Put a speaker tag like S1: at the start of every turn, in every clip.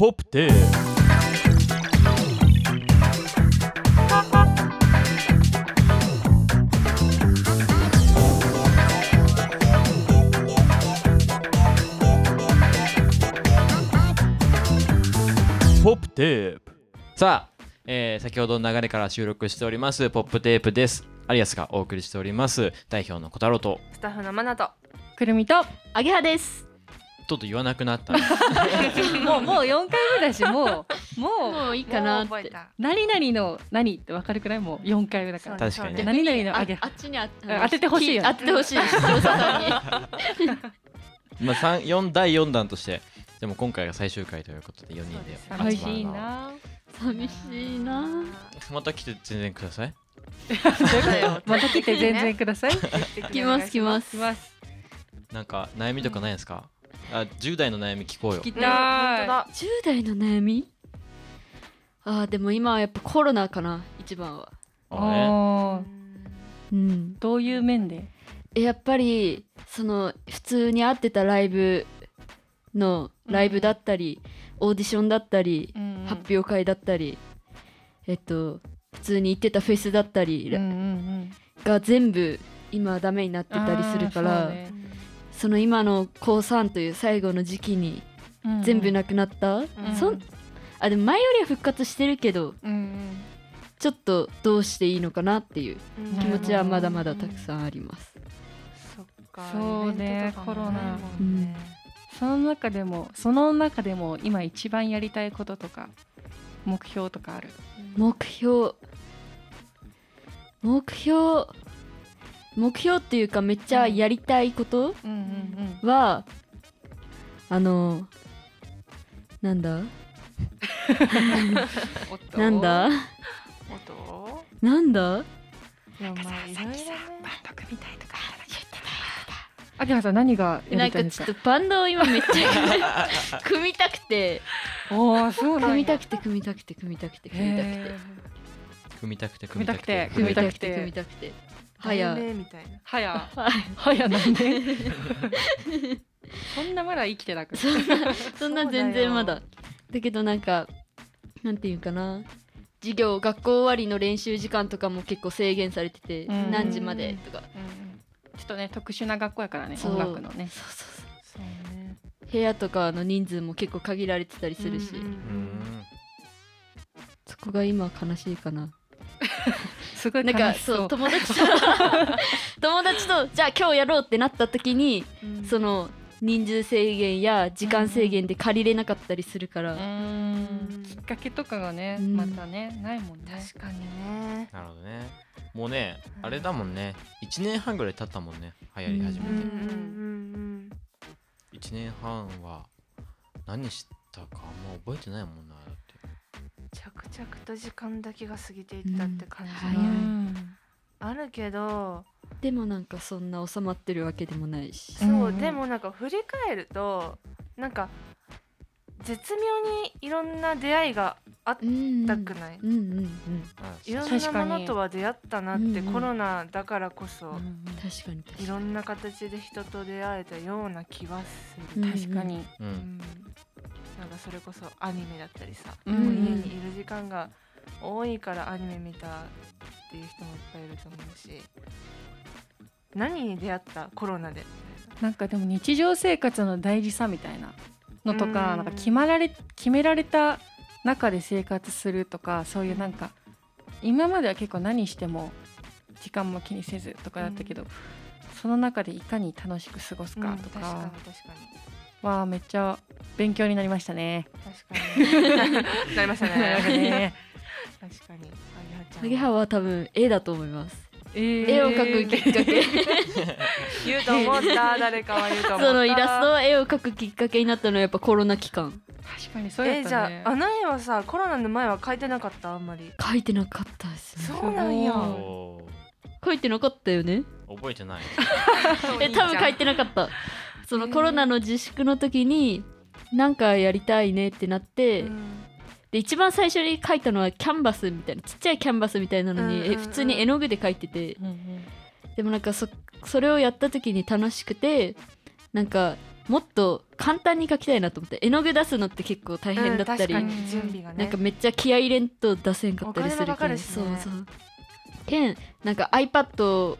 S1: ポップテポップテープ
S2: さあ、えー先ほどの流れから収録しておりますポップテープですアリアスがお送りしております代表の小太郎と
S3: スタッフのマナと
S4: くるみと
S5: アゲハです。
S2: ちょっと言わなくなった
S4: もうもう四回目だしもうもう
S5: もういいかなっ
S3: もう覚え
S5: て。
S3: た
S4: 何々の何ってわかるくらいもう四回目だから
S2: 確かにね
S4: 何々の
S5: あ
S4: アゲハ
S5: あっちにあ
S4: うん当ててほしいよね
S5: 当ててほ しいです。視聴者さんに
S2: まあ三四第四弾としてでも今回が最終回ということで四人で
S4: 美味
S2: 集ま
S4: しい
S2: るな
S4: な
S5: 寂しいな。
S2: また来て全然ください
S4: また来て全 然ください
S5: 来ます来ますす。
S2: なんか悩みとかないですか、あ十代の悩み聞こうよ
S4: 聞き
S3: 本当
S4: た
S3: だ
S5: 10代の悩みあーでも今はやっぱコロナかな一番は。
S4: い
S2: あね
S4: おー
S5: うん、
S4: どういう面で
S5: えやっぱりその普通に会ってたライブのライブだったり、オーディションだったり、発表会だったり、えっと普通に行ってたフェスだったり
S4: うんうん
S5: が全部今ダメになって
S4: うん
S5: たりするから
S4: あー
S5: そ,、
S4: そうね
S5: の今の高3という最後の時期に
S4: うんうん
S5: 全部なくなった、
S3: うん
S5: そんあでも前よりは復活してるけど
S4: うん
S5: ちょっとどうしていいのかなっていう
S4: な
S5: 気
S4: るほ
S5: 持
S4: ど
S5: ちはまだまだたくさんあります。
S3: そっか
S4: そうね
S3: イベントとかもないもんね
S5: コロナ
S4: その中でもその中でも今一番やりたいこととか目標とかある
S5: 目標目標目標っていうかめっちゃやりたいこと
S4: うんうん
S5: は、あのなんだ
S3: おっと
S5: なんだ
S3: おっと
S5: なんだ
S3: なんかささっきさ
S4: あきはさん何がや
S5: な
S4: り
S5: ん
S4: たい
S5: か
S4: んです
S5: ちょ
S4: か
S5: っとバンドを今めっちゃ 組みたくて
S4: おおそうなん
S5: 組み
S4: や
S5: たくて組みたくて組みたくて組みたくて
S4: へ
S2: 組みたくて
S4: 組みたくて
S5: 組みた
S4: 組み
S5: く
S4: たくて
S5: て組みたくては
S3: はや
S5: や
S3: みたいな
S4: はやはやなんでそんなまだ生きてなくて
S5: そんなそんな
S3: そうだよ
S5: 全然まだだけどなんかなんていうかな授業学校終わりの練習時間とかも結構制限されてて
S4: うん
S5: 何時までとか
S4: ちょっとね特殊な学校やからね
S5: そう
S4: 音楽のね
S5: そうそうそう
S3: そうね
S5: 部屋とかの人数も結構限られてたりするし、
S3: う
S2: うー
S3: ん
S2: ん
S5: そこが今悲しいかな
S4: すごい
S5: な
S4: 悲
S5: んか
S4: しそう
S5: そう友達と 友達とじゃあ今日やろうってなった時に
S3: うんうん
S5: その人数制限や時間制限で借りれなかったりするから、
S4: う
S3: う
S4: ーん
S3: ん
S4: きっかけとかがね
S5: うん
S4: またねないもんね
S3: 確かにね
S2: なるほどねもうねあれだもんね一年半ぐらい経ったもんね流行り始
S3: う
S2: め
S3: んうん
S2: て、
S3: うん
S2: 一年半は何したかあんま覚えてないもんなだって
S3: 着々と時間だけが過ぎていったって感
S5: う
S3: じが
S5: ん早い
S3: あるけど
S5: でもなんかそんな収まってるわけでもないし、
S4: ん
S3: そううんでもなんか振り返るとなんか絶妙にいろんな出会いがあっ
S5: うん
S3: たくない
S5: うんうんうん
S2: あ
S3: いろん
S4: 確か
S3: な
S4: に
S3: ものとは出会ったなって
S5: うんうん
S3: コロナだからこそ
S5: 確かに確か
S3: い
S5: に
S3: ろんな形で人と出会えたような気はす
S5: う
S3: る、
S5: ん
S4: 確かに
S2: う
S3: うんんなんかそれこそアニメだったりさ、
S4: うん
S3: もう
S5: うん
S3: 家にいる時間が多いからアニメ見たっていう人もいっぱいいると思うし何に出会ったコロナで
S4: なんかでも日常生活の大事さみたいなのと
S3: う
S4: か
S3: ん
S4: なんか決まられ決められた中で生活するとかそういうなんか今までは結構何しても時間も気にせずとかだったけど、その中でいかに楽しく過ごすか
S3: うん
S4: と
S3: 確か
S4: か
S3: に確かに
S4: はめっちゃ勉強になりました ね。
S3: 確か になりましたね確かにア
S5: 影
S3: ゲハちゃん
S5: 葉は多分絵だと思います
S4: えー
S5: 絵を描くきっかけ
S3: 言うと思 った誰かは言うと思った
S5: そのイラスト絵を描くきっかけになったのはやっぱコロナ期間
S4: 確かにそうや
S3: え
S4: っ
S3: じ
S4: た
S3: ゃ
S4: ね。
S3: ああの絵はさコロナの前は描いてなかったあんまり
S5: 描いてなかったですね
S3: そうなんや
S4: うん
S2: お
S5: 描いてなかったよね
S2: ー覚えてない
S5: え多分描いてなかったそのコロナの自粛の時になんかやりたいねってなって、
S3: うん
S5: で一番最初に描いたのはキャンバスみたいなちっちゃいキャンバスみたいなの
S3: う
S5: に、
S3: んうんうん
S5: え普通に絵の具で描いてて
S4: うんうん
S5: でもなんかそそれをやった時に楽しくてなんかもっと簡単に描きたいなと思って絵の具出すのって結構大変だったり、
S3: うん確かに準備がね
S5: なんかめっちゃ気合い入れんと出せんかったりする
S3: お金もかかるし
S5: そ
S3: ね
S5: うそうけんなんか iPad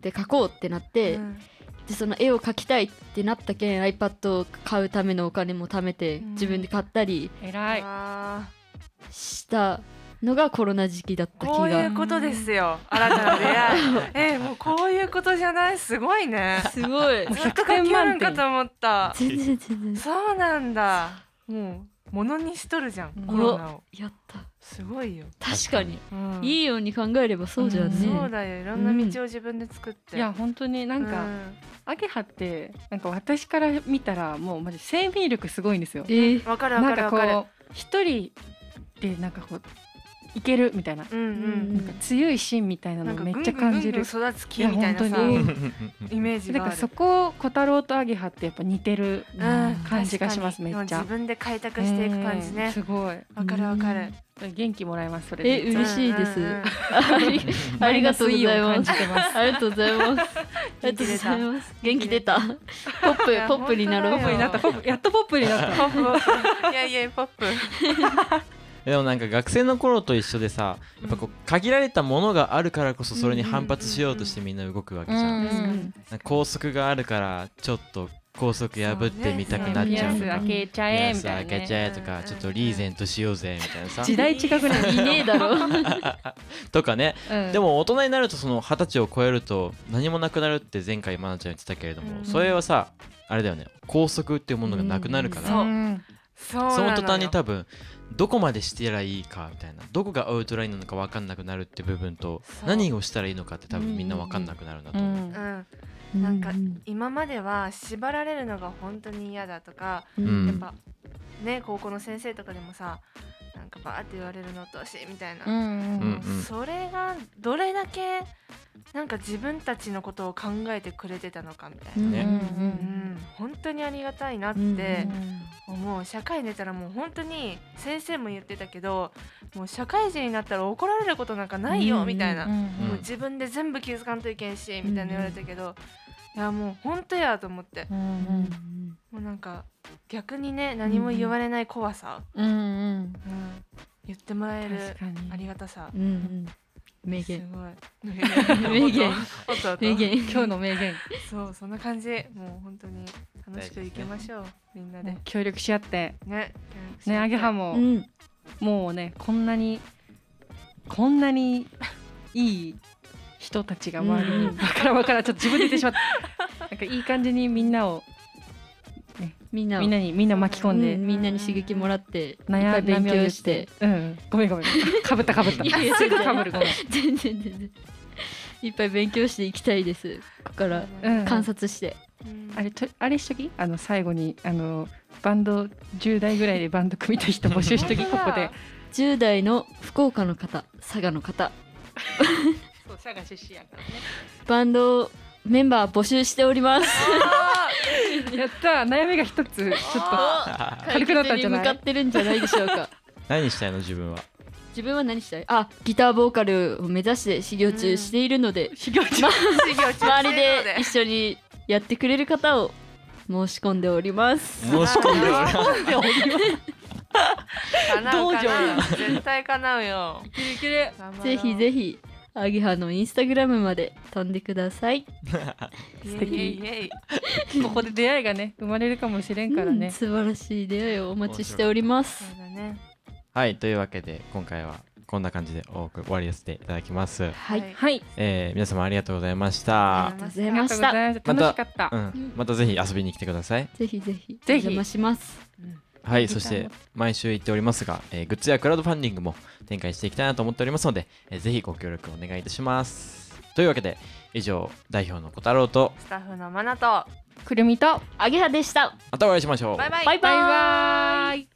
S5: で描こうってなって、
S3: うん
S5: でその絵を描きたいってなったけん iPad を買うためのお金も貯めて
S3: うん
S5: 自分で買ったり
S4: 偉い。
S3: あ
S5: したのがコロナ時期だっ
S3: ー
S5: た気
S3: こうい
S5: が
S3: うことですよ新たな出会い えもうこういうことじゃないすごいね
S5: すごい
S4: う
S3: ずっと書きあるんかと思った
S5: 全然全然
S3: そうなんだもうものにしとるじゃん
S4: うん
S3: コロナを
S5: やった
S3: すごいよ、
S5: 確かに
S3: うん
S5: いいように考えればそうじゃんね、
S4: うん
S3: そうだよいろんな道を自分で作って、
S4: いや本当になんか、アゲハってなんか私から見たらもうマジ生命力すごいんですよ
S5: え。ー
S3: うんわかるわか
S4: なん
S3: る
S4: か
S3: わ
S4: こ
S3: かる
S4: う一人でなんかこういけるみたいな、
S3: うんうん
S5: うん
S4: 強い芯みたいな
S3: な
S4: の
S3: んか
S4: めっちゃ感じ
S3: ぐんぐんぐんぐん
S4: る。
S3: 育つ木みたいない
S4: や
S3: さ
S4: 本当に
S3: イメージ
S4: だ
S3: が
S4: か
S3: あ
S4: ら
S3: る
S4: そこを小太郎とアゲハってやっぱ似てる
S3: うん
S4: 感じがしま
S3: 確
S4: す
S3: かに
S4: めっちゃ
S3: 自分で開拓していく感じ
S4: うん
S3: ね
S4: すごい。
S3: わかるわかる
S4: 元気もらえますそれ
S5: え
S4: で。
S5: 嬉しいです、
S3: うんうんうん
S5: ありありがとうござい
S4: マイ
S5: ま
S4: ナスイオン感
S5: す
S4: じてま
S5: ありがとうございます ありがとうございます元気出たポッ
S3: いや
S5: プポップになろう
S3: 本当だよ
S4: なんかポップやっとポップになった。
S3: ポップいやいやポップ
S2: でもなんか学生の頃と一緒でさやっぱこう限られたものがあるからこそそれに反発しようとしてみんな動くわけじゃん,、
S5: うん
S4: うん
S2: なんか校則があるからちょっと校則破ってみたくなっちゃうと
S5: そうねそう
S2: か
S5: ね
S4: ピアス開けちゃ
S2: ピ
S4: え
S2: ア
S4: み
S2: ス
S4: た
S2: 開
S4: いな、
S2: けち
S4: ね。
S2: ゃえとかちょっとリーゼントしようぜみたいなさ
S4: 時代違くない
S5: ねえだろ
S2: とかね
S4: うん
S2: でも大人になるとその二十歳を超えると何もなくなるって前回愛菜ちゃん言ってたけれども、
S3: うん
S2: それはさあれだよね校則っていうものがなくなるから、
S3: そうんそうなの
S2: その
S3: よ
S2: 途端に多分どこまでしてらいいかみたいなどこがアウトラインなのか分かんなくなるって部分と
S3: そう
S2: 何をしたらいいのかって多分みんな分かんなくなるなと
S4: う
S2: 思う。
S3: う
S4: ん
S3: ん
S5: うん
S3: なんか今までは縛られるのが本当に嫌だとか
S5: うん
S2: うん
S3: やっぱね高校の先生とかでもさなんかバーって言われるのとしいみたいな、
S4: うん
S2: うんうん
S3: それがどれだけなんか自分たちのことを考えてくれてたのかみたいな、
S2: ね
S5: うん
S3: うん、本当にありがたいなっ
S5: うん
S3: て思う社会に出たらもう本当に先生も言ってたけどもう社会人になったら怒られることなんかないよみたいな、
S2: うん
S3: もう自分で全部気づかんといけんしみたいな言われたけど、いやもう本当やと思って
S4: うん
S5: うんうん
S3: もうなんか逆にね何も言われない怖さ、
S4: うんうん
S3: うん言ってもらえる
S4: 確かに
S3: ありがたさ
S5: うんうん名
S3: すごい
S5: 言
S3: 名
S5: 名言
S3: 音
S5: 名言
S4: 今日の名言
S3: そうそんな感じもう本当に楽しくいきましょう、みんなで
S4: 協力し合って
S3: ね
S4: ねアゲハも、
S5: うん
S4: もうねこんなにこんなにいい人たちが周りに、
S5: う
S4: わ
S5: ん
S4: からわからんちょっと自分で言ってしま ったなんかいい感じにみんなを
S5: みんなを
S4: みんなにみんな巻き込んで、
S5: うんみんなに刺激もらっていっぱ
S4: 悩
S5: い
S4: んで
S5: 勉強して、
S4: うん、ごめんごめんかぶったかぶった
S5: いやいや
S4: すぐかぶるごめん
S5: 全然全然いっぱい勉強していきたいですここから
S4: うん
S5: 観察して
S4: あれとあれしときあの最後にあのバンド10代ぐらいでバンド組みたい人募集しと きここで
S5: 10代の福岡の方佐賀の方
S4: そう佐賀出身やからね
S5: バンドメンバー募集しております
S4: やった悩みが一つちょっ と 軽
S5: 軽
S4: くなったんじゃない
S5: 向かってるんじゃないでしょ うか
S2: 何したいの自分は。
S5: 自分は何したいあギターボーカルを目指して修行中しているので、
S4: 修行中
S5: ま周
S3: 周
S5: りで一緒にやってくれる方を申し込んでおります
S2: 申し込んでおらん
S3: 叶う
S4: 道場
S3: 叶う絶対叶うよ
S5: ぜひぜひアゲハのインスタグラムまで飛んでください
S3: ひ
S4: 素敵
S3: イエイイエイイエイ
S4: ここで出会いがね生まれるかもしれんから
S5: うん
S4: ね、
S5: 素晴らしい出会いをお待ちしております
S3: そうだね
S2: はいというわけで今回はこんな感じで多く終わりさせていただきます。
S5: はい、あり
S4: はい
S2: えー皆様ありがとうございまし
S3: あ
S2: た
S3: り。が
S5: がと
S3: とうござ
S5: うござい
S3: い
S5: ま
S3: ま
S5: し
S4: ありがと
S5: た
S2: ま
S4: うございました
S2: た
S4: 楽しかった、
S2: うん、またぜひ遊びに来てください。
S5: ぜひぜひ
S4: ぜひ
S5: お邪魔します
S2: はい、そして毎週言っておりますが、えーグッズやクラウドファンディングも展開していきたいなと思っておりますので、えーぜひご協力お願いいたします。というわけで、以上、代表の小太郎と、
S3: スタッフのマナと
S4: くるみと
S5: アゲハでした
S2: またお会いしましょう。
S3: バイバイ
S5: バイバイ
S4: バイバーイ